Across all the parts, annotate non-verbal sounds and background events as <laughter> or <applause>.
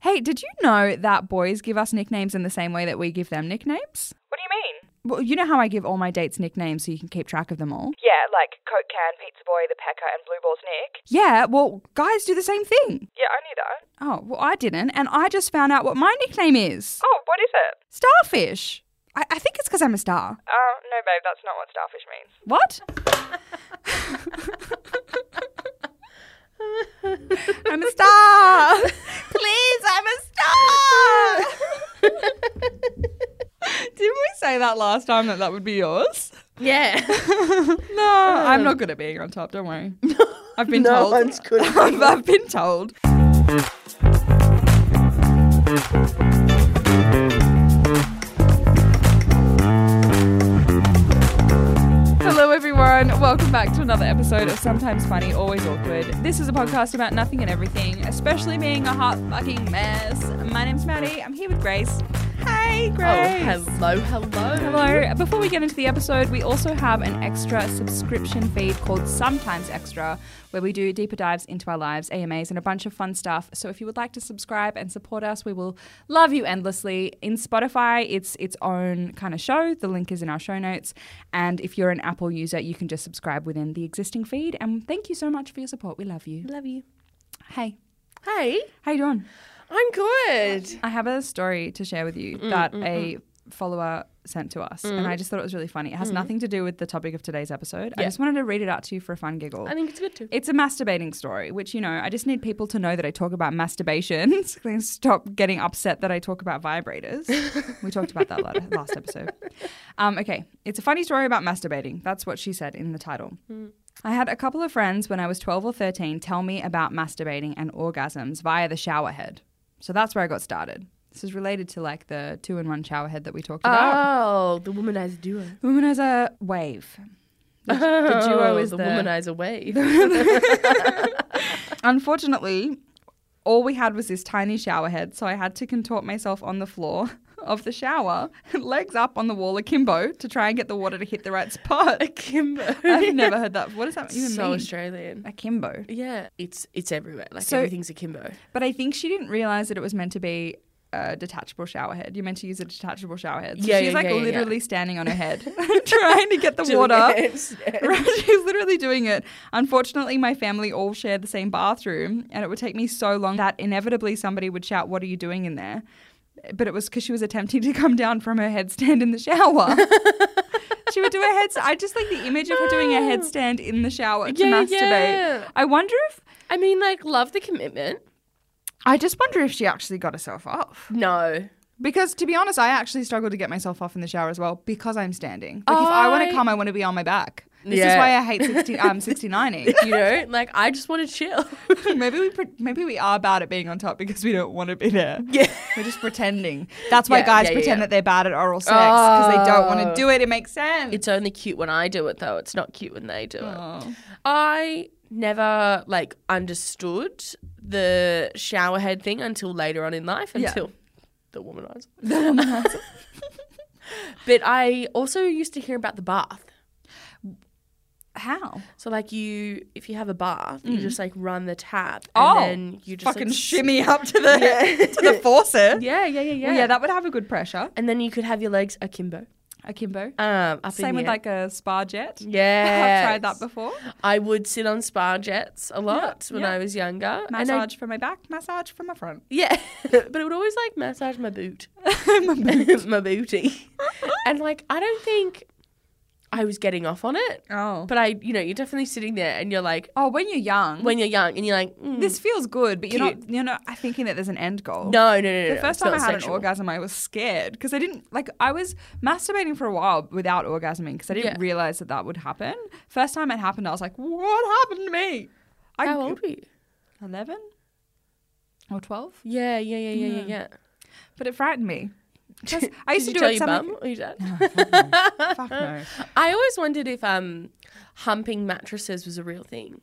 Hey, did you know that boys give us nicknames in the same way that we give them nicknames? What do you mean? Well, you know how I give all my dates nicknames so you can keep track of them all? Yeah, like Coke Can, Pizza Boy, The Packer, and Blue Balls Nick. Yeah, well, guys do the same thing. Yeah, I knew that. Oh, well, I didn't, and I just found out what my nickname is Oh, what is it? Starfish. I, I think it's because I'm a star. Oh, no, babe, that's not what starfish means. What? <laughs> I'm a star. Please, I'm a star. <laughs> Didn't we say that last time that that would be yours? Yeah. <laughs> No, <laughs> I'm not good at being on top. Don't worry. I've been No told. <laughs> one's good at I've, I've been told. Hello, everyone. Welcome back to another episode of Sometimes Funny, Always Awkward. This is a podcast about nothing and everything, especially being a hot fucking mess. My name's Maddie. I'm here with Grace. Hey, Grace. Oh, hello, hello. Hello. Before we get into the episode, we also have an extra subscription feed called Sometimes Extra, where we do deeper dives into our lives, AMAs, and a bunch of fun stuff. So if you would like to subscribe and support us, we will love you endlessly. In Spotify, it's its own kind of show. The link is in our show notes. And if you're an Apple user, you can just subscribe within the existing feed. And thank you so much for your support. We love you. Love you. Hey, Hey, how you doing? I'm good. I have a story to share with you that a follower sent to us, and I just thought it was really funny. It has nothing to do with the topic of today's episode. I just wanted to read it out to you for a fun giggle. I think it's good too. it's a masturbating story, which, you know, I just need people to know that I talk about masturbation. <laughs> so they can stop getting upset that I talk about vibrators. we talked about that la- last episode. Um, okay, it's a funny story about masturbating. That's what she said in the title. I had a couple of friends when I was 12 or 13 tell me about masturbating and orgasms via the shower head. So that's where I got started. This is related to like the two in one shower head that we talked about. Oh, the womanizer duo. The woman has a wave. The, the duo Oh, is <laughs> the, the, womanizer wave. Unfortunately, all we had was this tiny shower head, so I had to contort myself on the floor <laughs> of the shower, <laughs> legs up on the wall akimbo to try and get the water to hit <laughs> the right spot. <laughs> Akimbo. <laughs> I've never heard that. What does that even so mean? Australian. Akimbo. Yeah, it's it's everywhere. Like So- everything's akimbo. But I think she didn't realize that it was meant to be a detachable shower head. You're meant to use a detachable shower head. So Yeah, she's yeah, like yeah, yeah, yeah. literally standing on her <laughs> head, <laughs> trying to get the <laughs> <laughs> water. Right, she's literally doing it. Unfortunately, my family all share the same bathroom, and it would take me so long that inevitably somebody would shout, What are you doing in there? But it was because she was attempting to come down from her headstand in the <laughs> shower. she would do a headstand. I just like the image of her doing a headstand in the shower to Ah. Yeah, masturbate. yeah. I wonder if, I mean, like, love the commitment. I just wonder if she actually got herself off. No. Because to be honest, I actually struggle to get myself off in the shower as well because I'm standing. Like if I want I- to come, I want to be on my back. This is Yeah. why I hate 60, um, <laughs> 69ing. You know, like, I just want to chill. <laughs> <laughs> maybe we pre- maybe we are bad at being on top because we don't want to be there. yeah. We're just pretending. That's why Yeah, guys yeah, yeah, pretend yeah. that they're bad at oral sex because they don't want Oh. to do it. It makes sense. It's only cute when I do it, though. It's not cute when they do it. <laughs> Oh. I never like understood the shower head thing until later on in life, Yeah. until the womanizer. but I also used to hear about the bath. How? So like you, if you have a bath, you just like run the tap, and Mm. Oh, then you just Fucking like, s- shimmy up to the to the faucet. Yeah, yeah, yeah, yeah. Well, yeah, that would have a good pressure. and then you could have your legs akimbo. Akimbo. Um, up in Same the with air. like <laughs> a spa jet. <laughs> Yeah, I've tried that before. I would sit on spa jets a lot when yeah. I was younger. and I- Massage for my back, massage for my front. yeah, <laughs> but it would always like massage <laughs> my boot. <laughs> my booty. and like, I don't think I was getting off on it, Oh. but I, you know, you're definitely sitting there and you're like, oh, when you're young, when you're young, and you're like, mm, this feels good, but you're Cute. not you're not thinking that there's an end goal. No, no, no, no. The first it's time I not had sexual. an orgasm, I was scared because I didn't like. I was masturbating for a while without orgasming because I didn't Yeah. realize that that would happen. First time it happened, I was like, "What happened to me?" I, How old were you? Eleven or twelve? Yeah, yeah, yeah, yeah, yeah, yeah. But it frightened <laughs> me. 'Cause Hmm. I Did used to you do tell it. your Something. bum or your dad? <laughs> <laughs> Fuck no. I always wondered if um, humping mattresses was a real thing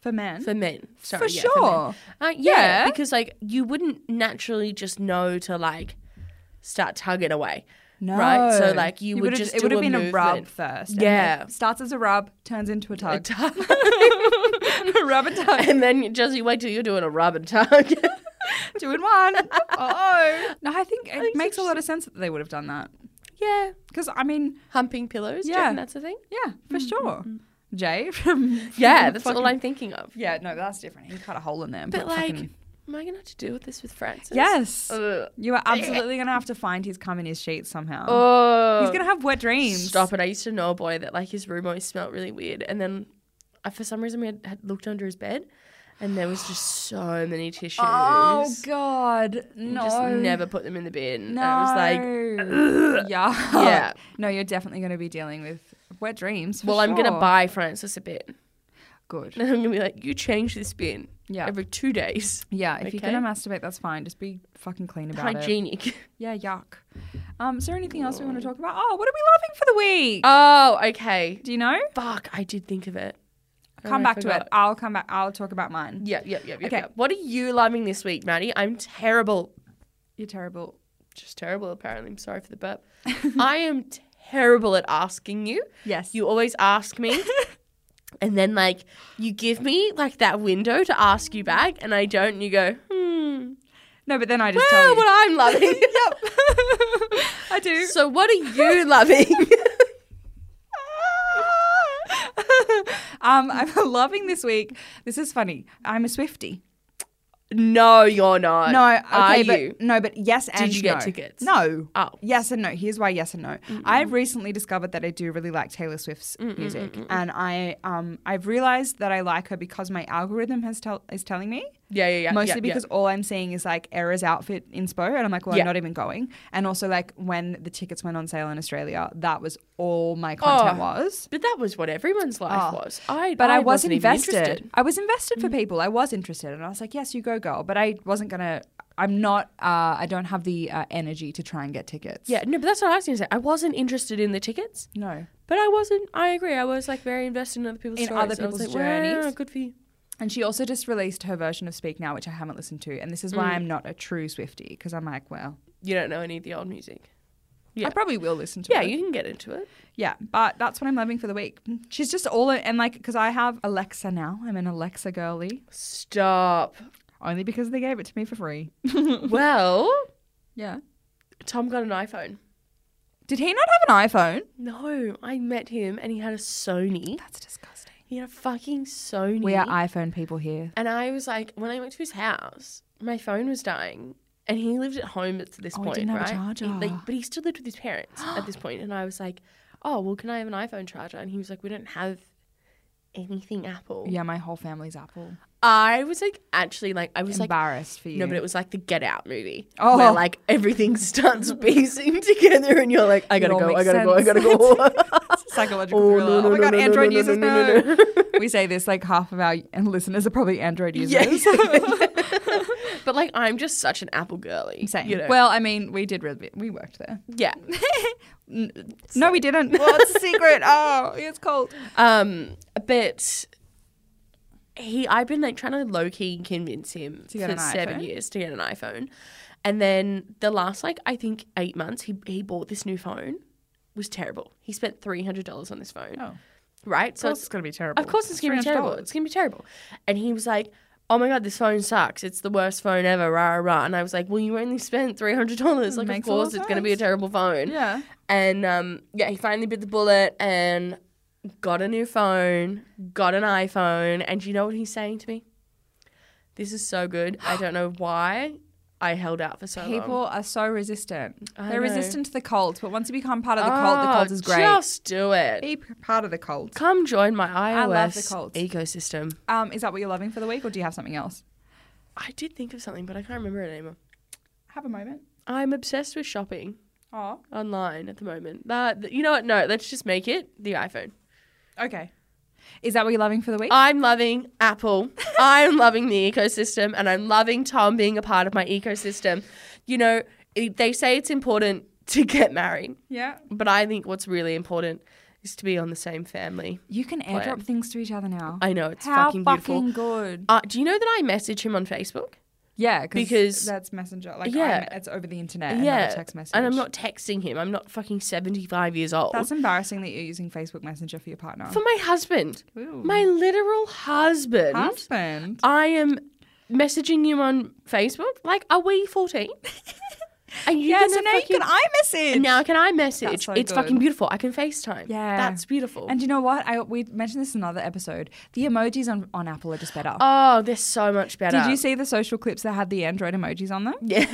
For men, for men. Sorry, For yeah, sure. For men. Uh, yeah, Yeah. because like you wouldn't naturally just know to like start tugging away. no. Right, so, like, you would would've- just it do would a have been a rub movement. first. and Yeah. then starts as a rub, turns into a tug. tug. <laughs> <laughs> rub and tug. <laughs> and then you just you wait till you're doing a rub and tug. Two in one. <laughs> oh. No, I think it think it's makes a lot of sense that they would have done that. Yeah. Because, I mean, Humping pillows. Yeah. Yeah. that's the thing? yeah, for sure. Jay <laughs> from. Mm, <laughs> Yeah, from that's fucking- all I'm thinking of. Yeah, no, that's different. You cut a hole in them. But, like, fucking- am I going to have to deal with this with Francis? yes. Ugh. You are absolutely going to have to find his cum in his sheets somehow. Oh. He's going to have wet dreams. Stop it. I used to know a boy that, like, his room always smelled really weird. And then I, for some reason, we had, had looked under his bed and there was just so many tissues. Oh, God. No. Just never put them in the bin. No. And I was <laughs> like, yeah. Yeah. No, you're definitely going to be dealing with wet dreams. for well, I'm going to sure. buy Francis a bit. <laughs> Good. And I'm going to be like, you change this bin Yeah. every two days. Yeah, if you're Okay. going to masturbate, that's fine. Just be fucking clean about it. Hygienic. <laughs> Yeah, yuck. Um, is there anything else we want to talk about? Oh, what are we loving for the week? Oh, okay. Do you know? Fuck, I did think of it. And Come I back to it. forgot. I'll come back. I'll talk about mine. Yeah, yeah, yeah, yeah. Okay. yeah. What are you loving this week, Maddie? I'm terrible. You're terrible. Just terrible, apparently. I'm sorry for <laughs> the burp. I am terrible at asking you. Yes. You always <laughs> ask me. and then, like, you give me, like, that window to ask you back, and I don't, and you go, hmm. no, but then I just tell Well, you. what <laughs> I'm loving. I do. <laughs> so, what are you loving? <laughs> um, I'm <laughs> loving this week. This is funny. I'm a Swifty. no, you're not. No, okay, are but you? no, but yes and you get no. tickets? No. Oh. Yes and no. Here's why yes and no. I've recently discovered that I do really like Taylor Swift's music and I um I've realized that I like her because my algorithm has tell is telling me Yeah, yeah, yeah. Mostly yeah, because yeah. all I'm seeing is like Era's outfit inspo, and I'm like, well, Yeah. I'm not even going. And also, like, when the tickets went on sale in Australia, that was all my Oh. content was. But that was what everyone's life Oh. was. I, But I, was wasn't even Mm. invested. I was invested for people. I was interested, and I was like, yes, you go, girl. But I wasn't gonna. I'm not. Uh, I don't have the uh, energy to try and get tickets. Yeah, no, but that's what I was going to say. I wasn't interested in the tickets, No. but I wasn't. I agree. I was like very invested in other people's In stories. other I was people's like, wow, journeys. good for you. And she also just released her version of Speak Now, which I haven't listened to, and this is Mm. why I'm not a true Swifty because I'm like, well, You don't know any of the old music. Yeah. I probably will listen to Yeah, it. you can get into it. Yeah, but that's what I'm loving for the week. She's just all and like because I have Alexa now. I'm an Alexa girly Stop. only because they gave it to me for free. <laughs> well, yeah. Tom got an iPhone. Did he not have an iPhone? No, I met him and he had a Sony. That's disgusting. He had a fucking Sony. We are iPhone people here. and I was like, when I went to his house, my phone was dying. And he lived at home at this Oh, he point, didn't have a right? charger. He- like, but he still lived with his parents <gasps> at this point. And I was like, oh, well, can I have an iPhone charger? And he was like, we don't have anything Apple. Yeah, my whole family's Apple. I was like, actually, like, I was like, Embarrassed for you. <laughs> no, but it was like the Get Out movie. Oh. Where like <laughs> everything <laughs> starts piecing together and you're like, I It gotta all go, I makes gotta go, I sense. gotta go. <laughs> psychological oh, thriller. no, no, oh my no, god, no, no, Android no, no, users no, know. no, no. <laughs> we say this like half of our and listeners are probably Android users. Yeah. <laughs> but like, I'm just such an Apple girly. Same. you know? Well, I mean, we did really, we worked there. yeah. <laughs> N- no, we didn't. Well, it's a <laughs> secret. Oh, it's cold. Um, but he, I've been like trying to low key convince him To get for an seven iPhone? years to get an iPhone, and then the last like I think eight months he he bought this new phone was terrible. He spent three hundred dollars on this phone, Oh. right? So So it's, it's, going to be terrible. of course it's gonna be terrible. It's gonna be terrible. And he was like. Oh my god, this phone sucks. It's the worst phone ever. Rah rah. rah. And I was like, well, you only spent three hundred dollars. Like, of Makes a lot course, of it's going to be a sense. terrible phone. Yeah. And um, yeah, he finally bit the bullet and got a new phone, got an iPhone. And do you know what he's saying to me? This is so good. I <gasps> don't know why I held out for so long. People are so resistant. I They're know. resistant to the cult, but once you become part of the cult, the cult Oh, is great. Just do it. Ah, Be p- part of the cult. Come join my iOS love the cult. ecosystem. Um, is that what you're loving for the week, or do you have something else? I did think of something, but I can't remember it anymore. Have a moment. I'm obsessed with shopping Oh, online at the moment. That th- you know what? No, let's just make it the iPhone. okay. Is that what you're loving for the week? I'm loving <laughs> Apple. I'm loving the ecosystem, and I'm loving Tom being a part of my ecosystem. You know, it, they say it's important to get married, yeah. but I think what's really important is to be on the same family. You can airdrop things to each other now. I know it's How fucking fucking, beautiful. good. uh, do you know that I message him on Facebook? Yeah, Because- that's messenger. Like, Yeah. yeah, it's over the internet. and not a text message. and I'm not texting him. I'm not fucking 75 years old. That's embarrassing that you're using Facebook Messenger for your partner. for my husband, Ooh. my literal husband. husband. I am messaging you on Facebook? Like, are <laughs> we 14? Are you Yeah, gonna so now you fucking- can I message. And now can I message? so it's good. fucking beautiful. I can FaceTime. Yeah. That's beautiful. And you know what? I, we mentioned this in another episode. The emojis on, on Apple are just better. oh, they're so much better. Did you see the social clips that had the Android emojis on them? Yeah.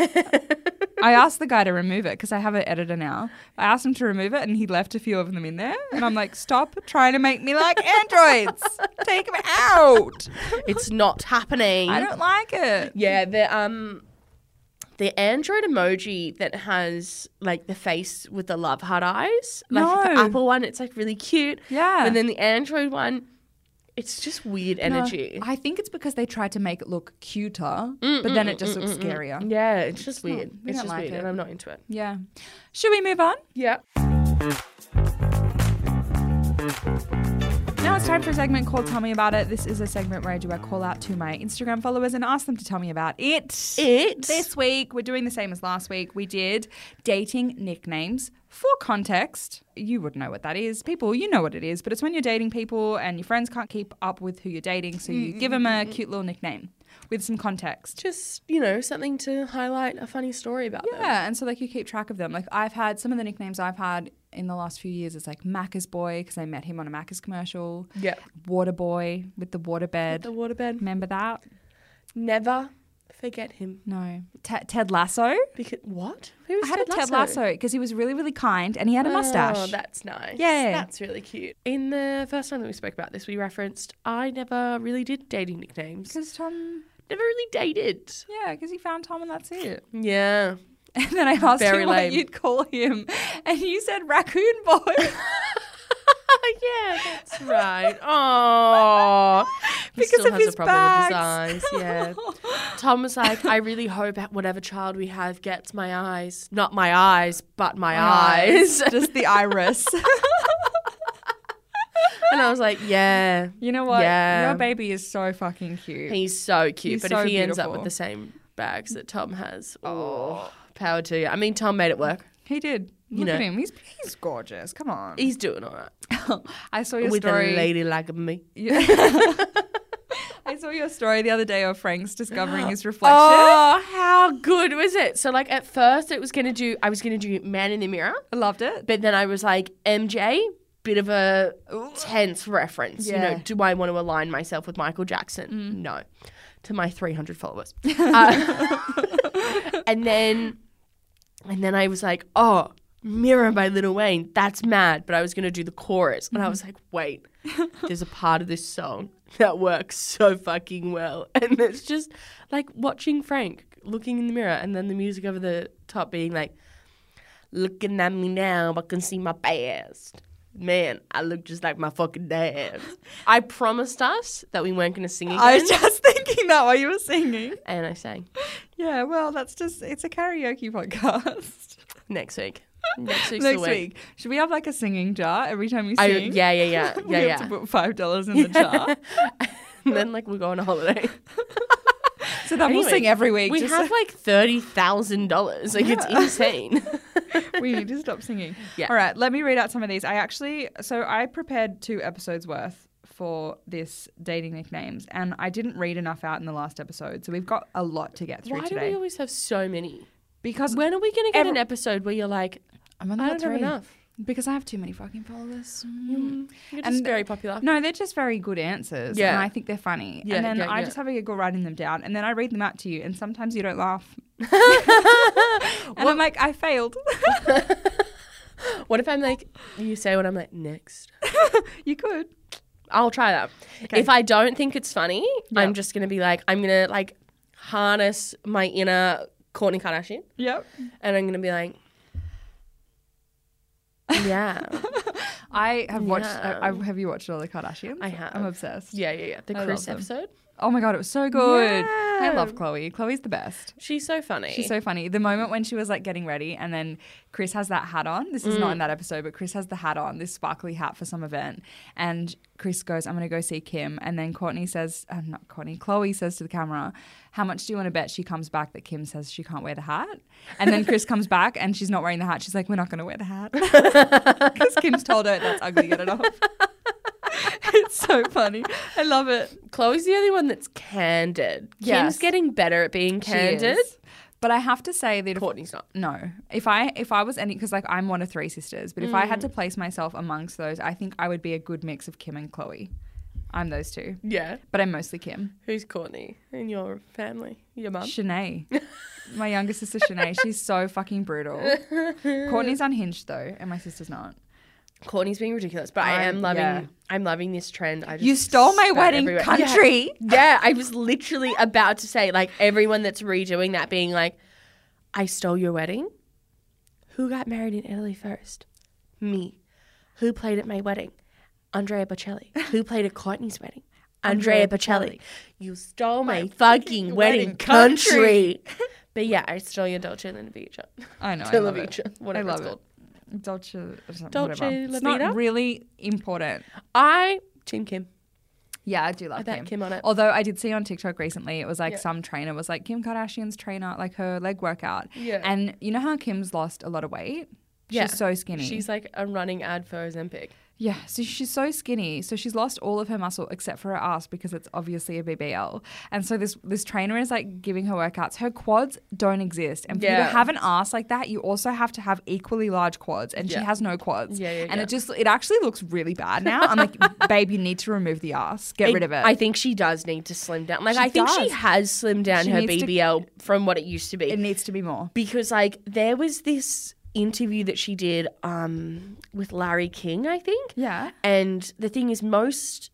I asked the guy to remove it because I have an editor now. I asked him to remove it and he left a few of them in there. And I'm like, stop trying to make me like androids. Take them out. it's not happening. I don't like it. Yeah, the um the Android emoji that has like the face with the love heart eyes. Like the No. Apple one, it's like really cute. Yeah. And then the Android one, it's just weird No, energy. I think it's because they tried to make it look cuter, Mm, but then it just looks scarier. yeah, it's just weird. we it's don't just like weird, it. and I'm not into it. Yeah. Should we move on? Yeah. Now it's time for a segment called Tell Me About It. This is a segment where I do a call out to my Instagram followers and ask them to tell me about it. It. This week, we're doing the same as last week. We did dating nicknames. For context, you would know what that is. People, you know what it is, but it's when you're dating people and your friends can't keep up with who you're dating, so you give them a cute little nickname with some context. just you know something to highlight a funny story about them. Yeah, and so like you keep track of them. Like I've had some of the nicknames I've had in the last few years is like Macca's Boy because I met him on a Macca's commercial. Yeah. Water Boy with the water bed. The waterbed. Remember that? Never forget him. No. Te- Ted Lasso. Because what? Who was I had a Ted Lasso because he was really really kind and he had a mustache. Oh, that's nice. Yeah. That's really cute. In the first time that we spoke about this, we referenced I never really did dating nicknames. Because Tom, Never really dated. yeah, because he found Tom and that's it. Yeah. <laughs> And then I asked Very you lame. what you'd call him, and you said raccoon <laughs> boy. Oh, yeah, that's <laughs> right. Oh, Because still of has his a problem bags. <laughs> with his eyes. <laughs> Yeah. Tom was like, I really hope that whatever child we have gets my eyes. Not my eyes, but my eyes. just the <laughs> iris. <laughs> and I was like, yeah. you know what? Yeah. Your baby is so fucking cute. He's so cute. He's but so if he ends up beautiful. with the same bags that Tom has, oh, power to you. I mean, Tom made it work. He did. Look know. at him. He's he's gorgeous. Come on. He's doing all right. <laughs> I saw your with story. a lady like me. <laughs> I saw your story the other day of Frank's discovering his reflection. Oh, <laughs> how good was it? So, like, at first, it was going to do, I was going to do Man in the Mirror. I loved it. But then I was like, MJ, bit of a tense reference. You Yeah. know, do I want to align myself with Michael Jackson? No. To my 300 followers. Uh, <laughs> and then and then I was like, oh, Mirror by Lil Wayne. That's mad. But I was going to do the chorus. And I Mm-hmm. was like, wait, there's a part of this song that works so fucking well. <laughs> And it's just like watching Frank looking in the mirror and then the music over the top being like, looking at me now, I can see my past. Man, I look just like my <laughs> fucking dad. I promised us that we weren't going to sing again. I <laughs> was just thinking that while you were singing. and I sang Yeah, well, that's just, it's a karaoke <laughs> podcast. next week. Next week's Next the week. week. Should we have like a singing jar every time you sing? I, yeah, yeah, yeah, <laughs> we yeah, have yeah. to put five dollars <laughs> in the jar. and <laughs> then like we go on <laughs> a holiday. So then we'll Anyway, sing every week. We just have like thirty thousand dollars. Like it's <laughs> insane. so- we need to stop <laughs> singing. Yeah. All right, let me read out some of these. I actually so I prepared two episodes worth for this dating nicknames and I didn't read enough out in the last episode. So we've got a lot to get through Why do today. we always have so many? because When are we going to get Every- an episode where you're like, I'm on I don't have three. enough? Because I have too many fucking followers. Mm, You're just And- very popular. No, they're just very good answers. Yeah. And I think they're funny. Yeah, and then yeah, I yeah. just have a go writing them down and then I read them out to you and sometimes you don't <laughs> laugh. and I'm like, I failed. <laughs> What if I'm like, you say what I'm like next? you could. I'll try that. Okay. If I don't think it's funny, Yeah. I'm just gonna be like, I'm gonna like harness my inner Courtney Kardashian, Yep. and I'm gonna <laughs> be like, yeah, I have watched. Yeah. I, I- have you watched all the Kardashians? I have. I'm obsessed. yeah, yeah, yeah. The I love Chris them. episode, Oh my god, it was so good. I Yeah. love Chloe. Chloe's the best. she's so funny. She's so funny. The moment when she was like getting ready, and then Chris has that hat on. This is Mm. not in that episode, but Chris has the hat on, this sparkly hat for some event. And Chris goes, "I'm gonna go see Kim." And then Courtney says, uh, "Not Courtney." Chloe says to the camera, "How much do you want to bet?" She comes back that Kim says she can't wear the hat, and then Chris comes back and she's not wearing the hat. <laughs> She's like, "We're not gonna wear the hat," because Kim's told her that's ugly. Get it off. <laughs> it's so so funny. I love it. Chloe's the only one that's candid. Yes. Kim's getting better at being She candid. is. But I have to say that if Courtney's not. No. If I if I was any because like I'm one of three sisters, but if I had Mm. to place myself amongst those, I think I would be a good mix of Kim and Chloe. I'm those two, Yeah. but I'm mostly Kim. Who's Courtney in your family? Your mum? Shanae, <laughs> my younger sister Shanae, she's so fucking brutal. Courtney's unhinged though, and my sister's not. Courtney's being ridiculous, but I'm, I'm- loving. yeah. I'm loving this trend. I just You stole my spat wedding everywhere. Yeah. country. Yeah, I was literally about to say, like, everyone that's redoing that being like, I stole your wedding. Who got married in Italy first? Me. Who played at my wedding? Andrea Bocelli. Who played at Courtney's wedding? Andrea Bocelli. You stole my, fucking wedding, wedding country. <laughs> but yeah, I stole your Dolce and Vita. I know. I Dolce love and it. Vita, whatever I love it's called. it. Dolce, or something, Dolce whatever. La It's not Vita? really important. I, Team Kim. Yeah, I do love I bet Kim. Kim on it. Although I did see on TikTok recently, it was like some trainer was like Kim Kardashian's trainer, like her leg workout. Yeah. And you know how Kim's lost a lot of weight? Yeah. She's so skinny. She's like a running ad for Ozempic. yeah, so she's so skinny. So she's lost all of her muscle except for her ass because it's obviously a BBL. And so this this trainer is like giving her workouts. Her quads don't exist. And for you to Yeah. have an ass like that, you also have to have equally large quads. And Yeah. she has no quads. Yeah, yeah, and yeah. it just it actually looks really bad now. I'm like, <laughs> babe, you need to remove the ass. Get rid of it. I think she does need to slim down. Like She I think she does. has slimmed down She her needs to- BBL from what it used to be. it needs to be more. because like there was this interview that she did um with Larry King, I think. Yeah. And the thing is most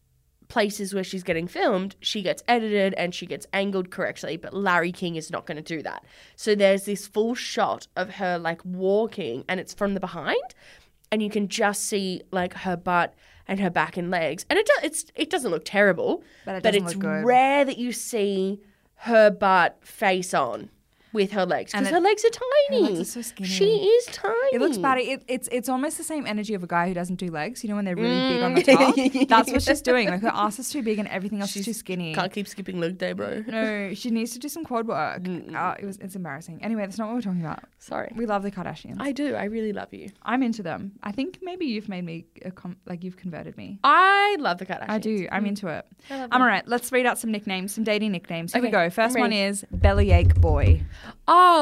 places where she's getting filmed, she gets edited and she gets angled correctly, but Larry King is not going to do that. So there's this full shot of her like walking and it's from the behind and you can just see like her butt and her back and legs. And it do- it's it doesn't look terrible, But it doesn't it's look good. rare that you see her butt face on with her legs And because it- her legs are tiny. legs are so skinny. She is tiny. It looks bad. It, it's it's almost the same energy of a guy who doesn't do legs. You know when they're really big on the Mm. top. That's what she's doing. <laughs> Like her ass is too big and everything else is too skinny. Can't keep skipping leg day, bro. No, she needs to do some quad work. Mm. Uh, it was it's embarrassing. Anyway, that's not what we're talking about. Sorry. We love the Kardashians. I do. I really love you. I, am into them. I think maybe you've made me a com- like you've converted me. I love the Kardashians. I do. I'm into it. Mm. I love I'm all right. Let's read out some nicknames, some dating nicknames. Here we Okay, go. I'm First one ready. is bellyache boy.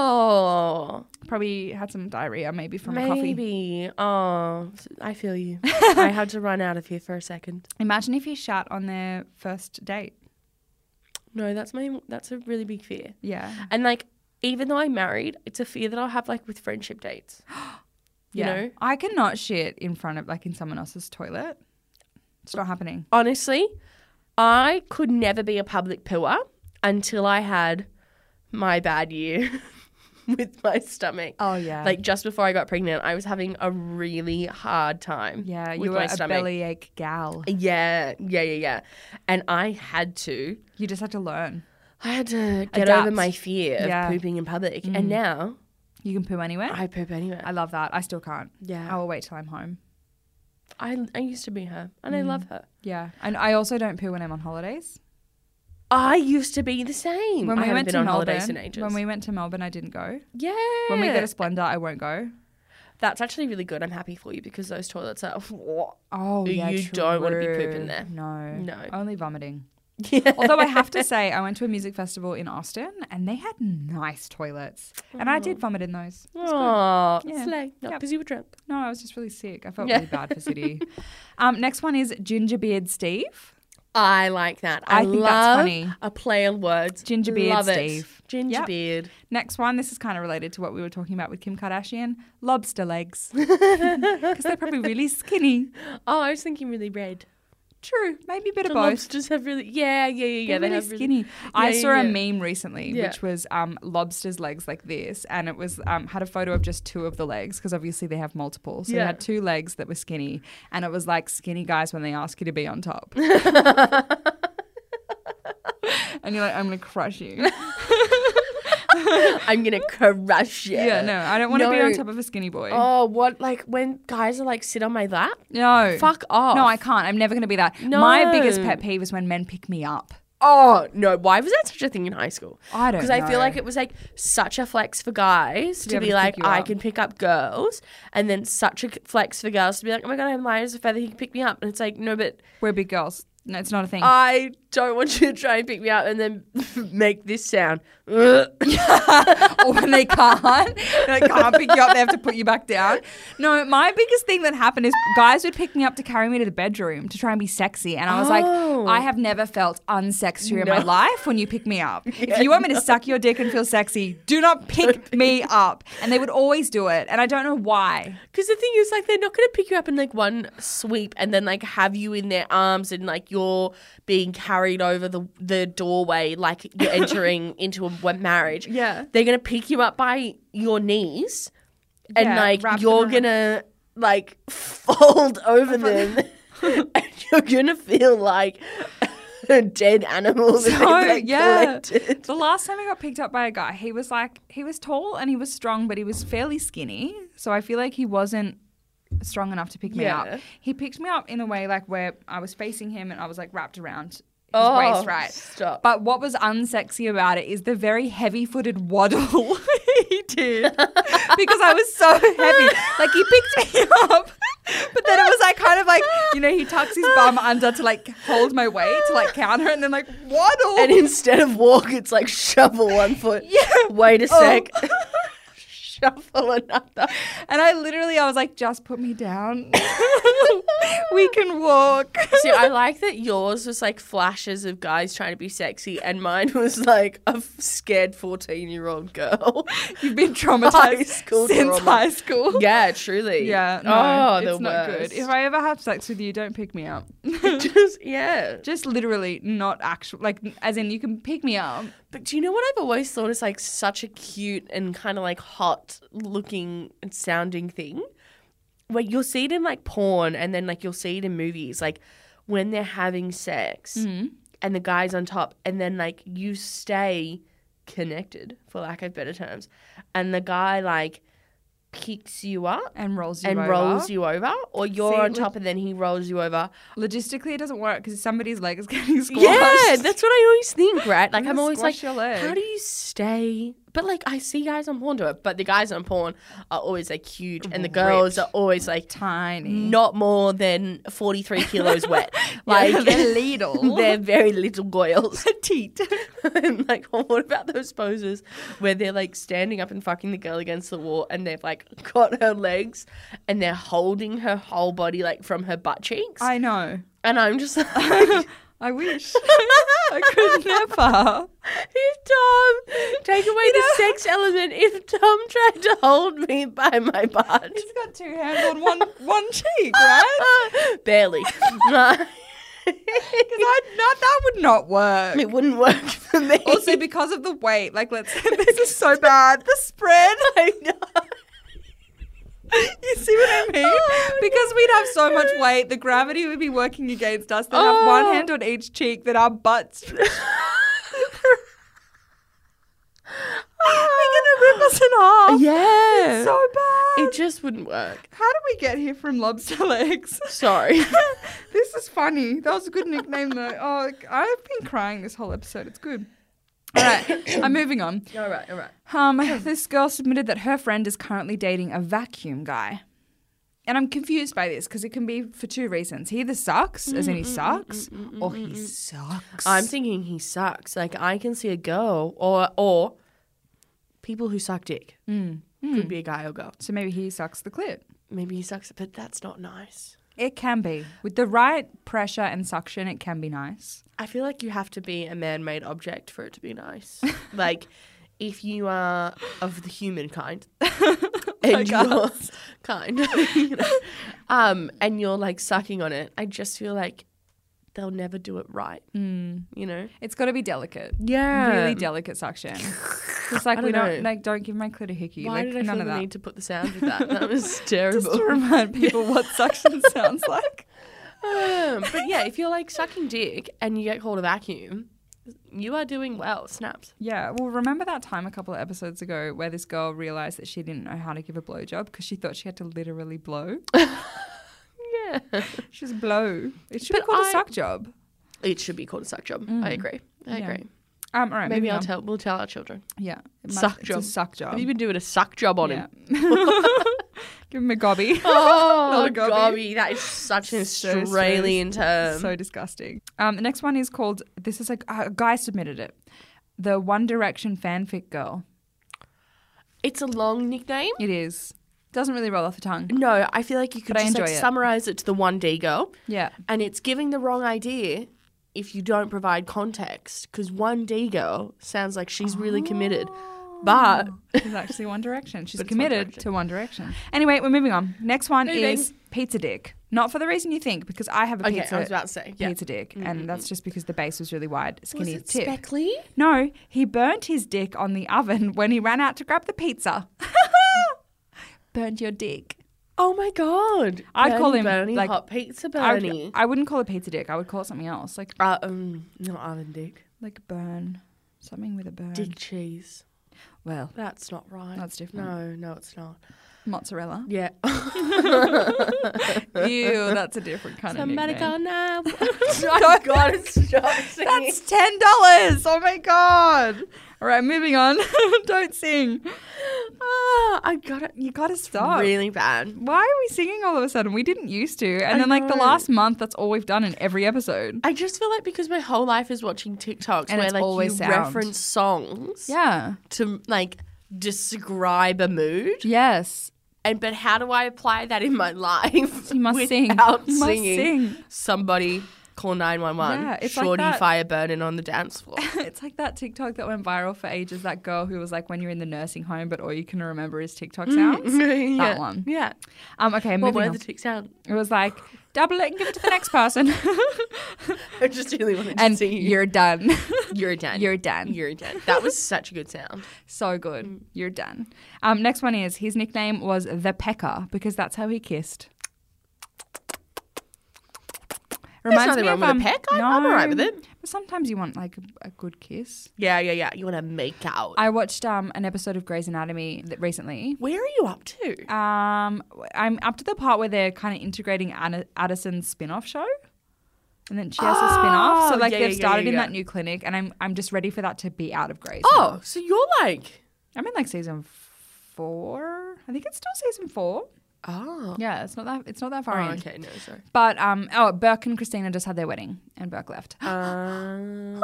Oh, Probably had some diarrhea maybe from a coffee. maybe. Oh, I feel <laughs> you. I had to run out of here for a second. Imagine if he shat on their first date. No, that's my. That's a really big fear. Yeah. And like, even though I'm married, it's a fear that I'll have like with friendship dates. You know? I cannot shit in front of like in someone else's toilet. It's not happening. honestly, I could never be a public pooer until I had my bad year <laughs> with my stomach. Oh, yeah, Like just before I got pregnant, I was having a really hard time. yeah, with you were my a stomach. bellyache gal. Yeah, yeah, yeah, yeah. And I had to, You just had to learn. I had to get Adapt. over my fear of Yeah. pooping in public, and now You can poo anywhere. I, Mm. I poop anywhere. love that. I still can't. yeah, I will wait till I'm home. I, I used to be her, and I love her. Yeah, and I also don't poo when I'm on holidays. I used to be the same. When Mm, I we haven't went been to on Melbourne, holidays in ages. when we went to Melbourne, I didn't go. yeah, When we go to Splendor, I won't go. That's actually really good. I'm happy for you because those toilets are. <laughs> Oh, yeah, You don't wanna be true. pooping there. No, No. only vomiting. <laughs> Although I have to say, I went to a music festival in Austin and they had nice toilets, and I did vomit in those. It was good. Oh, Yeah. slay. Not Yep. because you were drunk. No, I was just really sick. I felt Yeah. really bad for <laughs> City. um, next one is Gingerbeard Steve. I like that. I I, think that's love funny. a play on words. Gingerbeard love Steve. It. Ginger Yep. beard. Next one, this is kind of related to what we were talking about with Kim Kardashian lobster legs. <laughs> Because they're probably really skinny. Oh, I was thinking really red. True, maybe a bit The of both. lobsters have really. Yeah, yeah, yeah, They're yeah. They really have really- skinny. I yeah, saw a yeah. meme recently, Yeah. which was um, lobsters' legs like this, and it was um, had a photo of just two of the legs because obviously they have multiple. So they Yeah. had two legs that were skinny, and it was like skinny guys when they ask you to be on <laughs> top. and you're like, I'm gonna crush you. I'm gonna crush you. Yeah, no, I don't want to be No. on top of a skinny boy. Oh, what? Like when guys are like, sit on my lap. no, Fuck off. No, I can't. I'm never gonna be that. My biggest No. pet peeve is when men pick me up. Oh no! Why was that such a thing in high school? I don't Because I feel know. like it was like such a flex for guys to, be able be to like, pick you I up. can pick up girls, and then such a flex for girls to be like, oh my god, I'm light as a feather, he can pick me up, and it's like, no, but We're big girls. No, it's not a thing. I don't want you to try and pick me up and then <laughs> make this sound. <laughs> or <laughs> when they can't, they can't pick you up, they have to put you back down. No, my biggest thing that happened is guys would pick me up to carry me to the bedroom to try and be sexy, and I was Oh. like, I have never felt unsexy in my No. life when you pick me <laughs> up. if you want me to suck your dick and feel sexy, do not <laughs> pick me up. And they would always do it, and I don't know why. Because the thing is, like, they're not going to pick you up in like one sweep and then like have you in their arms and like you're being carried over the the doorway like <laughs> you're entering into a w- marriage. Yeah. they're going to pick you up by your knees and Yeah, wrap like them you're around. going to like <laughs> fold over them <laughs> and you're going to feel like <laughs> a dead animal. <laughs> that <laughs> they've, So, like, Oh, yeah. collected. The last time I got picked up by a guy, he was like, he was tall and he was strong, but he was fairly skinny. So I feel like he wasn't strong enough to pick me Yeah. up. He picked me up in a way like where I was facing him and I was like wrapped around his Oh, waist, right? stop. But what was unsexy about it is the very heavy footed waddle <laughs> he did because I was so heavy. Like he picked me up. But then it was like kind of like you know he tucks his bum under to like hold my weight to like counter and then like waddle <laughs> And instead of walk, it's like <laughs> shovel one foot. Yeah. Wait a Oh. <laughs> sec. Shuffle another. And I literally, I was like, just put me down. <laughs> we can walk. <laughs> <laughs> See, I like that yours was like flashes of guys trying to be sexy, and mine was like a f- scared 14 year old girl. <laughs> You've been traumatized High school since trauma. high school. yeah, truly. <laughs> Yeah, oh, no, the it's not worst. good. If I ever have sex with you, don't pick me up. <laughs> Just, yeah. Just literally not actual, like, as in you can pick me up. But do you know what I've always thought is like such a cute and kind of like hot looking and sounding thing? Where you'll see it in like porn and then like you'll see it in movies, like when they're having sex and the guy's on top and then like you stay connected, for lack of better terms, and the guy like picks you up And rolls you and over. rolls you over, or you're See, on look- top and then he rolls you over. Logistically, it doesn't work because somebody's leg is <laughs> getting squashed. <laughs> Yeah, that's what I always think, right? Like Gonna I'm always like, squash your leg. how do you stay? But like I see guys on porn do it, but the guys on porn are always like huge, and the girls Ripped. are always <laughs> like tiny. not more than 43 kilos <laughs> wet. Like Like, <laughs> they're little. <laughs> they're very little goyles. <laughs> petite. and like, <laughs> well, what about those poses where they're like standing up and fucking the girl against the wall, and they've like got her legs, and they're holding her whole body like from her butt cheeks, I know. and I'm just <laughs> like. I <laughs> wish. I could never. <laughs> If Tom, take away the sex element. If Tom tried to hold me by my butt, <laughs> He's got two hands on one one cheek, right? <laughs> barely, <laughs> Because I not that would not work. it wouldn't work for me. Also, because of the weight, like let's <laughs> this is so bad. The spread, <laughs> <laughs> I know. you see what Oh, I mean? because we'd have so much weight, the gravity would be working against us. They'd have one Oh. hand on each cheek, then our butts. <laughs> <laughs> They're gonna rip us in half. Yeah, So bad. it just wouldn't work. How did we get here from lobster legs? <laughs> <laughs> Sorry. this is funny. That was a good nickname, though. Oh, I've been crying this whole episode. It's good. All right, I'm moving on. all right, all right. <laughs> Um, this girl submitted that her friend is currently dating a vacuum guy. And I'm confused by this because it can be for two reasons. He either sucks, as Mm, in he sucks, or he sucks. I'm thinking he sucks. Like I can see a girl or or people who suck dick could be a guy or girl. so maybe he sucks the clip. Maybe he sucks, but that's not nice. It can be. With the right pressure and suction, it can be nice. I feel like you have to be a man made object for it to be <laughs> nice. like, if you are of the human <laughs> kind, and you're <laughs> kind, you know, um, and you're like sucking on it, I just feel like they'll never do it right. You know? It's got to be delicate. Yeah. Really delicate <laughs> suction. It's like I we don't don't know. like don't give my clit a hickey. Why like did I none feel of the that. need to put the sound of that? <laughs> That was <laughs> Just to terrible. remind people what <laughs> suction sounds like. Um, but yeah, if you're like sucking dick and you get called a vacuum, you are doing well. Snaps. Yeah, well, remember that time a couple of episodes ago where this girl realized that she didn't know how to give a blowjob because she thought she had to literally blow. <laughs> Yeah. She was blow. It should be But called a I- suck job. It should be called a suck job. I agree. I Mm. Yeah. agree. Um, all right, Maybe moving I'll on. Um, tell. We'll tell our children. Yeah, it Suck it's a job. suck job. Have you been doing a suck job on him? Yeah. Give him a gobby. <laughs> Oh, <laughs> Not a gobby. gobby. <laughs> That is such an So Australian term. so disgusting. Um, the next one is called. This is a, a guy submitted it. The One Direction fanfic girl. it's a long nickname. It is. Doesn't really roll off the tongue. No, I feel like you could But I just like, enjoy it. summarize it to the one D girl, Yeah. and it's giving the wrong idea if you don't provide context. Because one D girl sounds like she's really committed, Oh. but She's actually One Direction. She's Uh, But it's One committed Direction. to One Direction. Anyway, we're moving on. Next one Moving. is Pizza Dick. Not for the reason you think, because I have a okay, pizza, I was about to say, yeah. pizza dick, and that's just because the base was really wide, Was skinny it tip. Speckley? no, he burnt his dick on the oven <laughs> when he ran out to grab the <laughs> pizza. Burned your dick. Oh my god! I'd call him, Bernie like, hot pizza I would- Bernie. I, wouldn't call it pizza dick. I would call it something else, like uh, um, not oven dick, like burn, something with a burn. dick cheese. Well, That's not right. That's different. No, no, it's not. <laughs> mozzarella. Yeah. Ew, that's a different kind Somebody of <laughs> nickname. call now. Don't- <laughs> God, stop singing. That's ten dollars. Oh my god! All right, moving on. <laughs> Don't sing. Ah, Oh, <laughs> I got it. You gotta stop. Really bad. Why are we singing all of a sudden? We didn't used to. And I then, like, the know. last month, that's all we've done in every episode. I just feel like because my whole life is watching TikToks And where it's like always you sound. reference songs Yeah. to like describe a mood. Yes. And but how do I apply that in my life? You must sing. without You must singing. sing. <laughs> Somebody call nine one Yeah, one. it's like Shorty that. fire burning on the dance floor. it's like <laughs> that TikTok that went viral for ages. That girl who was like, when you're in the nursing home, but all you can remember is TikTok sounds. <laughs> yeah. That one. Yeah. Um, okay, Mm-hmm. What moving were on. the ticks out? it was like, double it and give it to the next person. <laughs> <laughs> I just really wanted to and see you. you're done. <laughs> You're done. you're done. You're done. That was such a good sound. <laughs> so good. Mm. You're done. Um, next one is his nickname was the Pecker because that's how he kissed. nothing wrong with a peck. I'm- I'm alright with it. um, But sometimes you want like a, a good kiss. Yeah, yeah, yeah. You want to make out. I watched um, an episode of Grey's Anatomy that recently. Where are you up to? Um, I'm up to the part where they're kind of integrating Anna- Addison's spin-off show. And then she has a spin-off. So Oh, like yeah, they've yeah, yeah, started yeah, in yeah. that new clinic and I'm I'm just ready for that to be out of Grey's. now. Oh, so you're like. I'm in like season four. I think it's still season four. Oh. Yeah, it's not that it's not that far in. okay, no, sorry. But um, oh, Burke and Christina just had their wedding, and Burke <gasps> left. Um,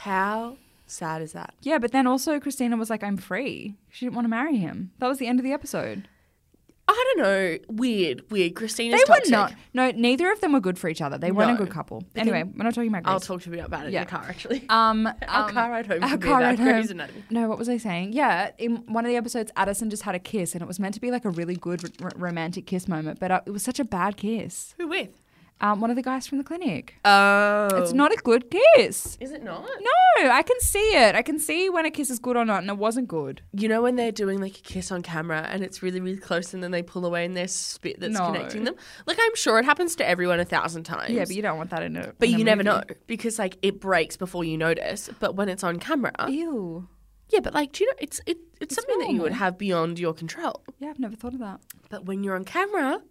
how sad is that? yeah, but then also Christina was like, "I'm free." She didn't want to marry him. That was the end of the episode. I don't know. Weird, weird. Christina's they toxic. were not. No, neither of them were good for each other. They weren't a No. good couple. Anyway, we're not talking about I'll Grace. talk to you about it Yeah. in the car, <laughs> actually. um, Our um, car ride home. our could be car ride about Grey's home. Anatomy. No, what was I saying? Yeah, in one of the episodes, Addison just had a kiss, and it was meant to be like a really good r- r- romantic kiss moment, but uh, it was such a bad kiss. Who with? Um, one of the guys from the clinic. Oh. It's not a good kiss. Is it not? No, I can see it. I can see when a kiss is good or not, and it wasn't good. You know when they're doing like a kiss on camera and it's really, really close and then they pull away and there's spit that's No. connecting them? Like, I'm sure it happens to everyone a thousand times. Yeah, but you don't want that in a. But in a you never movie. know because like it breaks before you notice. But when it's on camera, Ew. yeah. But like, do you know it's it, it's, something that you would normal. have beyond your control. Yeah, I've never thought of that. But when you're on camera,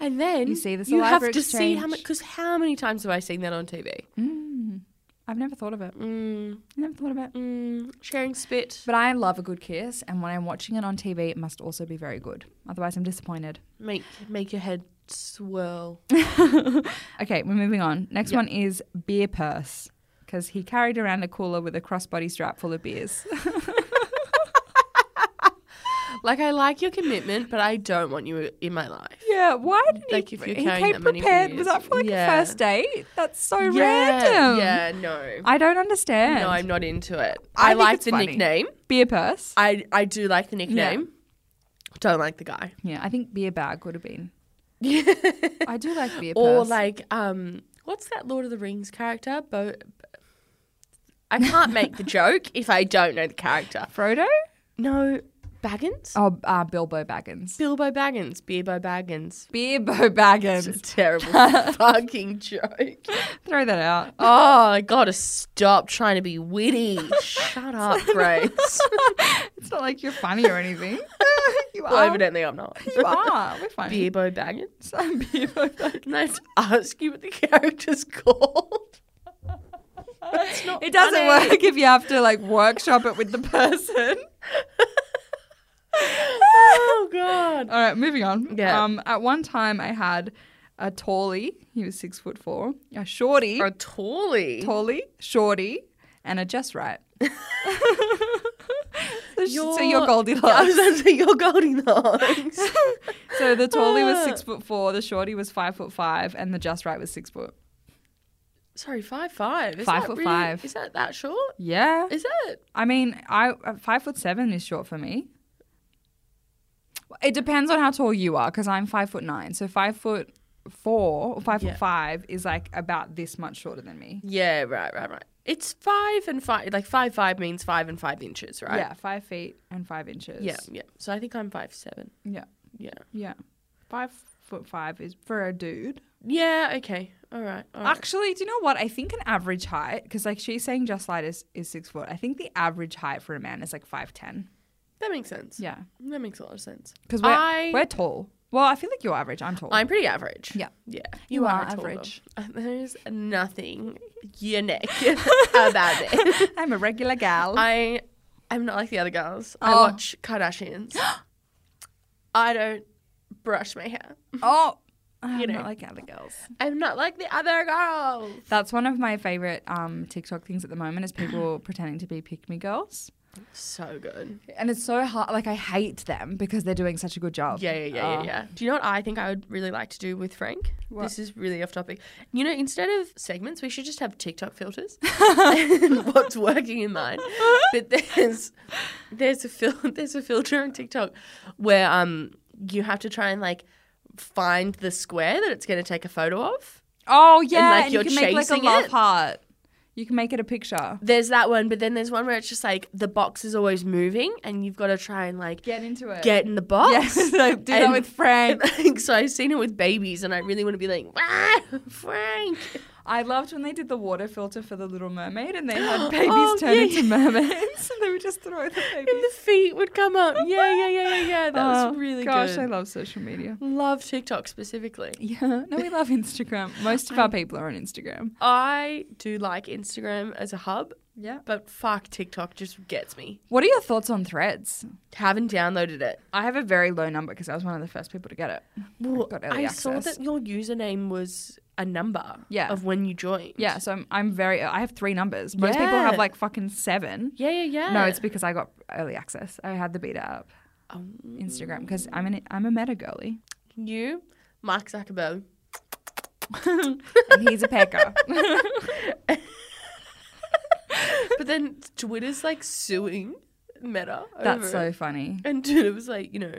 and then You see the you have saliva to see how much exchange. because how many times have I seen that on TV? Mm. I've never thought of it. Mm, I never thought of it. mm, sharing spit. But I love a good kiss, and when I'm watching it on TV, it must also be very good. Otherwise, I'm disappointed. Make make your head swirl. Okay, we're moving on. Next one is beer purse because he carried around a cooler with a crossbody strap full of <laughs> beers. like I like your commitment, but I don't want you in my life. yeah, why didn't Like, he? if you're he carrying came that many prepared. Was beers. that for like Yeah. a first date? That's so yeah, Oh, random. Yeah, no. I don't understand. no, I'm not into it. I I, think like it's the funny. nickname. beer purse. I I do like the nickname. Don't like <laughs> the guy. Yeah, I think beer bag would have been. I do like beer or purse. like um what's that Lord of the Rings character? Bo I can't make the joke if I don't know the character. Frodo? No, Baggins? Oh, uh, Bilbo Baggins. Bilbo Baggins, Beerbo Baggins. Bilbo It's a Baggins. <laughs> terrible fucking joke. Throw that out. Oh, I gotta stop trying to be <laughs> witty. Shut up, <laughs> Grace. It's not like you're funny or anything. you well, are. evidently I'm not. <laughs> You are. We're funny. Beerbo Baggins. <laughs> Bilbo Baggins. Let's ask you what the character's <laughs> called. That's not It doesn't funny. <laughs> work if you <laughs> have to like workshop it with the person. oh Oh god. All right, moving on. Yeah. Um, at one time, I had a tallie. He was six foot four. A shorty, A tally. tallie, shorty, and a just <laughs> right. so, sh- so Your- you're I was Goldilocks. gonna say your Goldilocks. so the tallie was six foot four, the shorty was five foot five, and the just right was six foot. <laughs> Sorry, five five. Is Five that foot really- five. Is that that short? Yeah. Is it? I mean, I uh, five foot seven is short for me. It depends on how tall you are, because I'm five foot nine. So five foot four or five Yeah. foot five is like about this much shorter than me. Yeah, right, right, right. It's five and five. Like five five means five and five inches, right? Yeah, five feet and five inches. Yeah, yeah. So I think I'm five seven. Yeah. Yeah. Yeah. Five foot five is for a dude. Yeah. Okay. All right. All right. Actually, do you know what? I think an average height, because like she's saying just light is, is six foot. I think the average height for a man is like five ten. that makes sense. Yeah. That makes a lot of sense. Because we're, I- we're tall. Well, I feel like you're average. I'm tall. I'm pretty average. Yeah. Yeah. You are tall girl. average. <laughs> There's nothing unique <laughs> about it. <laughs> I'm a regular <laughs> gal. I am not like the other girls. I Oh. watch Kardashians. <gasps> I don't brush my hair. oh, I'm know. not like other girls. I'm not like the other girls. That's one of my favorite um, TikTok things at the moment is <gasps> people pretending to be pick me girls. So good. And it's so hard. Like, I hate them because they're doing such a good job. Yeah, yeah, yeah, yeah, Oh. yeah. Do you know what I think I would really like to do with Frank? What? This is really off topic. You know, instead of segments, we should just have TikTok filters. <laughs> and what's working in mine? But there's there's a fil- <laughs> there's a filter on TikTok where um you have to try and like find the square that it's going to take a photo of. Oh, yeah. And, like, you you're can make like a chasing love it. heart. You can make it a picture. There's that one, but then there's one where it's just like the box is always moving, and you've got to try and like Get into it. get in the box. <laughs> Yes, <laughs> like, do that And- with Frank. <laughs> And so I've seen it with babies, and I really want to be like, ah, <laughs> Frank. I loved when they did the water filter for the Little Mermaid, and they <gasps> had babies Oh, turn yeah, into yeah. mermaids, and they would just throw the And babies. <laughs> the feet would come up. Yeah, yeah, yeah, yeah, yeah. That Oh, was really gosh, good. I love social media. love TikTok specifically. <laughs> Yeah, Um, no, we love Instagram. Most of our people are on Instagram. I do like Instagram as a hub, Yeah. but fuck, TikTok just gets me. What are your thoughts on Threads? Haven't downloaded it. I have a very low number because I was one of the first people to get it. got early I saw access. that your username was a number Yeah. of when you joined. Yeah, so I'm, I'm very. I have three numbers. Most people Yeah. have like fucking seven. Yeah, yeah, yeah. No, it's because I got early access. I had the beta up Um, Instagram because I'm an I'm a meta girly. you, Mark Zuckerberg. <laughs> and he's a <laughs> pecker. But then Twitter's like suing Meta. That's over it. so funny. And Twitter was like, you know,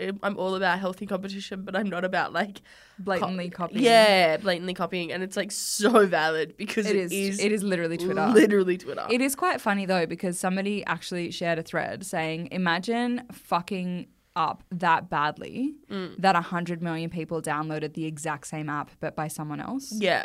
um, I'm all about healthy competition, but I'm not about like Blatantly copying. Yeah, blatantly copying, and it's like so valid because it is. it is literally Twitter. Literally Twitter. It is quite funny though because somebody actually shared a thread saying, "Imagine fucking up that badly Mm. that hundred million people downloaded the exact same app, but by someone else, yeah.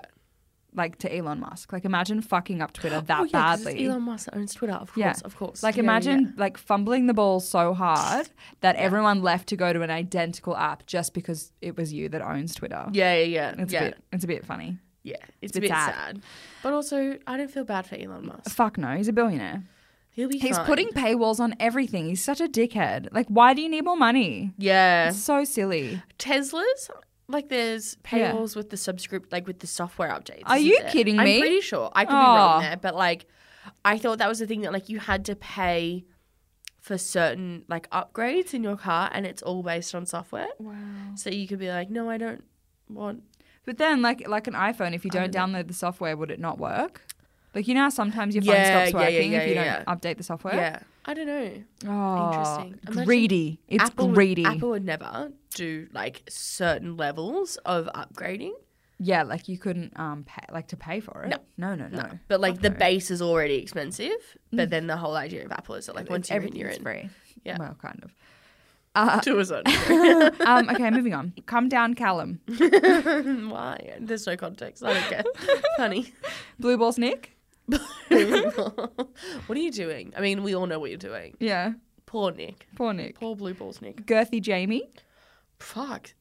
like to Elon Musk. Like imagine fucking up Twitter that <gasps> oh, yeah, 'cause it's badly." Elon Musk that owns Twitter, of course, Yeah. of course. Like Yeah, yeah, imagine yeah. like fumbling the ball so <laughs> hard that everyone left to go to an identical app just because it was you that owns Twitter. Yeah, yeah, yeah. It's yeah, a bit it's a bit funny. yeah. It's, a a bit bit sad. sad. But also, I don't feel bad for Elon Musk. Fuck no, he's a billionaire. He'll be He's fine. putting paywalls on everything. He's such a dickhead. Like why do you need more money? Yeah. It's so silly. Teslas, like there's Yeah. paywalls with the subscript, like with the software updates. Are isn't you there? kidding me? I'm pretty sure. I could be wrong Aw. there, but like, I thought that was the thing that like you had to pay for certain like upgrades in your car, and it's all based on software. Wow. So you could be like, no, I don't want. But then like like an iPhone, if you don't download the software, would it not work? Like you know how sometimes your phone Yeah, stops yeah, yeah, working if yeah, you yeah. don't update the software? Yeah, I don't know. Oh, Interesting. Imagine Greedy. It's Apple greedy. Would, Apple would never do like certain levels of upgrading. Yeah, like you couldn't um pay, like to pay for it. No, no, no. no. But like the base is already expensive. But then the whole idea of Apple is that like once you're in, you're Mm. Everything's in. free. Yeah. Well, kind of. <laughs> To <laughs> a certain Um, <laughs> okay, moving on. Come down, Callum. Why? There's no context. I don't care. <laughs> Honey. Blue balls, Nick. what are you doing? I mean, we all know what you're doing. Yeah, Poor Nick. poor Nick. Poor Blue Balls Nick. <laughs> Girthy Jamie. Fuck.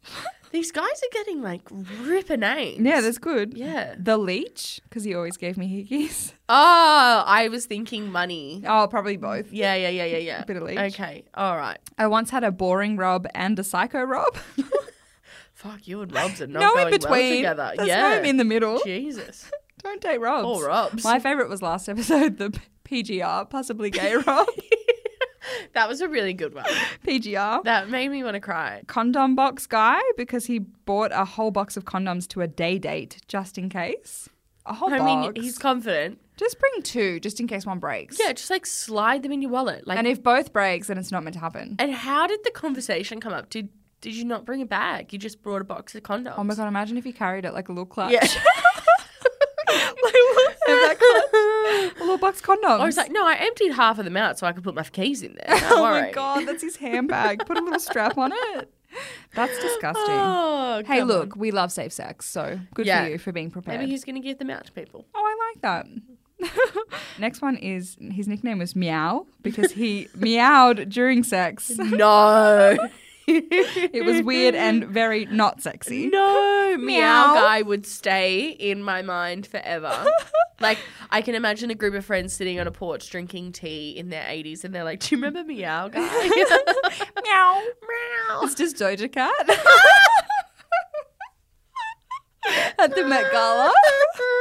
These guys are getting like ripper names. Yeah, that's good. Yeah. The leech, because he always gave me hickeys. <laughs> Oh, I was thinking money. Oh, probably both. Yeah, yeah, yeah, yeah, yeah. Bit of leech. Okay, all right. I once had a boring rob and a psycho rob. <laughs> Fuck, you and Rob's are not no going in between. well together. There's yeah. no in the middle. Jesus. Don't date robs. Poor Robs. My favorite was last episode, the PGR, possibly <laughs> gay rob. that was a really good one. PGR. That made me want to cry. condom box guy because he bought a whole box of condoms to a day date just in case. A whole I box. mean, he's confident. just bring two just in case one breaks. Yeah, just like slide them in your wallet. Like, And and, if both breaks, then it's not meant to happen. how did the conversation come up? Did did you not bring a bag? You just brought a box of condoms. Oh my god! Imagine if he carried it like a little clutch. Yeah. <laughs> And that <laughs> I A little box condoms. was like, no, I emptied half of them out so I could put my keys in there. Don't <laughs> oh my worry. god, that's his handbag. Put a little strap on it. <laughs> That's disgusting. Oh, hey, come look, we love safe sex, so good Yeah. for you for being on. prepared. Maybe he's going to give them out <laughs> to people. <laughs> Oh, I like that. Next one is his nickname was Meow because he meowed during <laughs> sex. No. It was weird and very not <laughs> sexy. No, Meow. meow guy would stay in my mind forever. <laughs> like I can imagine a group of friends sitting on a porch drinking tea in their 80s and they're like, "Do you remember meow guy?" <laughs> Meow. Meow. It's just Doja Cat. <laughs> At the Met Gala.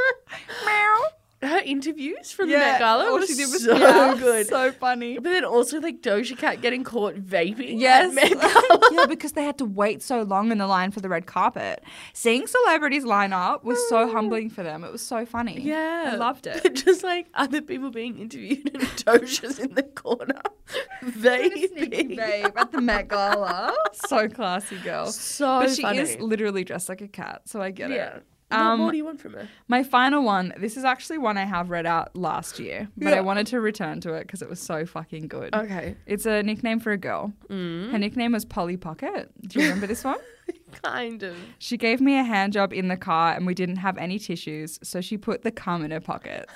<laughs> Meow. Her interviews from the Met Gala all were Oh, she did was so meow. <laughs> good. So funny. but then also like Doja Cat getting caught vaping. at Yes. Met <laughs> Gala. yeah, because they had to wait so long in the line for the red carpet. Seeing celebrities line up was so humbling for them. It was so funny. Oh. Yeah. I loved <laughs> it. Just like other people being interviewed and <laughs> Doja's in <laughs> the corner. vaping. Babe at the Met Gala. so classy girl. So but she funny. is literally dressed like a cat, so I get yeah. it. what Um, more do you want from her? My final one, this is actually one I have read out last year, but Yeah. Oh. I wanted to return to it because it was so fucking good. Okay. It's a nickname for a girl. Mm. Her nickname was Polly Pocket. Do you remember this <laughs> one? Kind of. She gave me a hand job in the car and we didn't have any tissues, so she put the cum in her <laughs> pocket.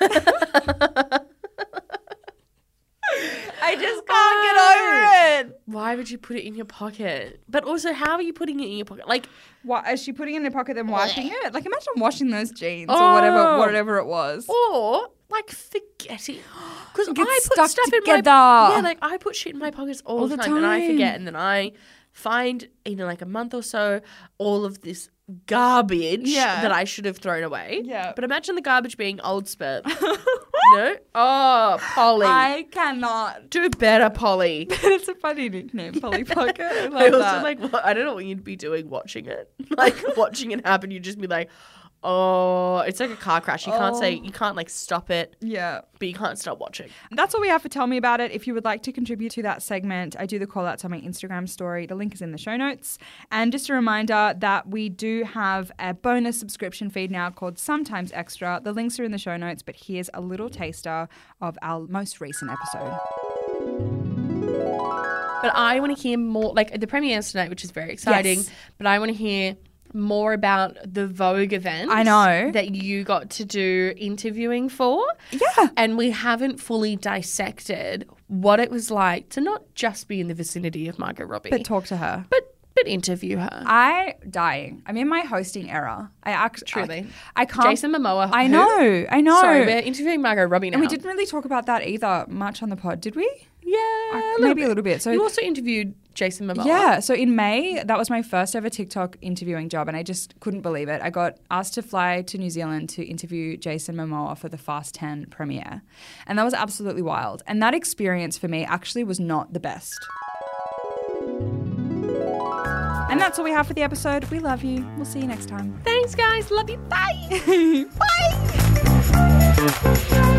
I just can't get over it. Why would you put it in your pocket? But also, how are you putting it in your pocket? Like, Why is she putting it in her pocket then wiping it? Like imagine washing those jeans or whatever Oh. whatever it was. or like <gasps> forgetting. Because I It put gets stuck stuff in together. my yeah, like I put shit in my pockets all, All the the time, and I forget, time. and then I find in like a month or so all of this garbage Yeah. that I should have thrown away. Yeah. But imagine the garbage being old <laughs> sperm. you know? Oh, Polly. I cannot. <laughs> Do better, Polly. It's a funny nickname, Polly Pocket. <laughs> I <laughs> love <laughs> I also that. like. wa- I don't know what you'd be doing watching it. <laughs> <laughs> Like watching it happen, you'd just be like, "Oh, it's like a car crash. You can't say Oh. you can't like stop it, yeah. but you can't stop watching." That's all we have for Tell Me About It. If you would like to contribute to that segment, I do the call outs on my Instagram story. The link is in the show notes. And just a reminder that we do have a bonus subscription feed now called Sometimes Extra. The links are in the show notes, but here's a little taster of our most recent episode. But I want to hear more. Like the premiere is tonight, which is very exciting. Yes. But I want to hear more about the Vogue event. I know. that you got to do interviewing for. Yeah. and we haven't fully dissected what it was like to not just be in the vicinity of Margot Robbie, But talk to her. but but interview her. I dying. I'm in my hosting era. I actually Truly. I, can't Jason Momoa. I who? know. I know. Sorry, we're interviewing Margot Robbie now. And we didn't really talk about that either much on the pod, did we? yeah, I- Uh, a little maybe bit. a little bit. So You also interviewed Jason Momoa. yeah, so in May, that was my first ever TikTok interviewing job, and I just couldn't believe it. I got asked to fly to New Zealand to interview Jason Momoa for the Fast 10 premiere, and that was absolutely wild. And that experience for me actually was not the best. And that's all we have for the episode. We love you. We'll see you next time. Thanks, guys. Love you. Bye. Bye.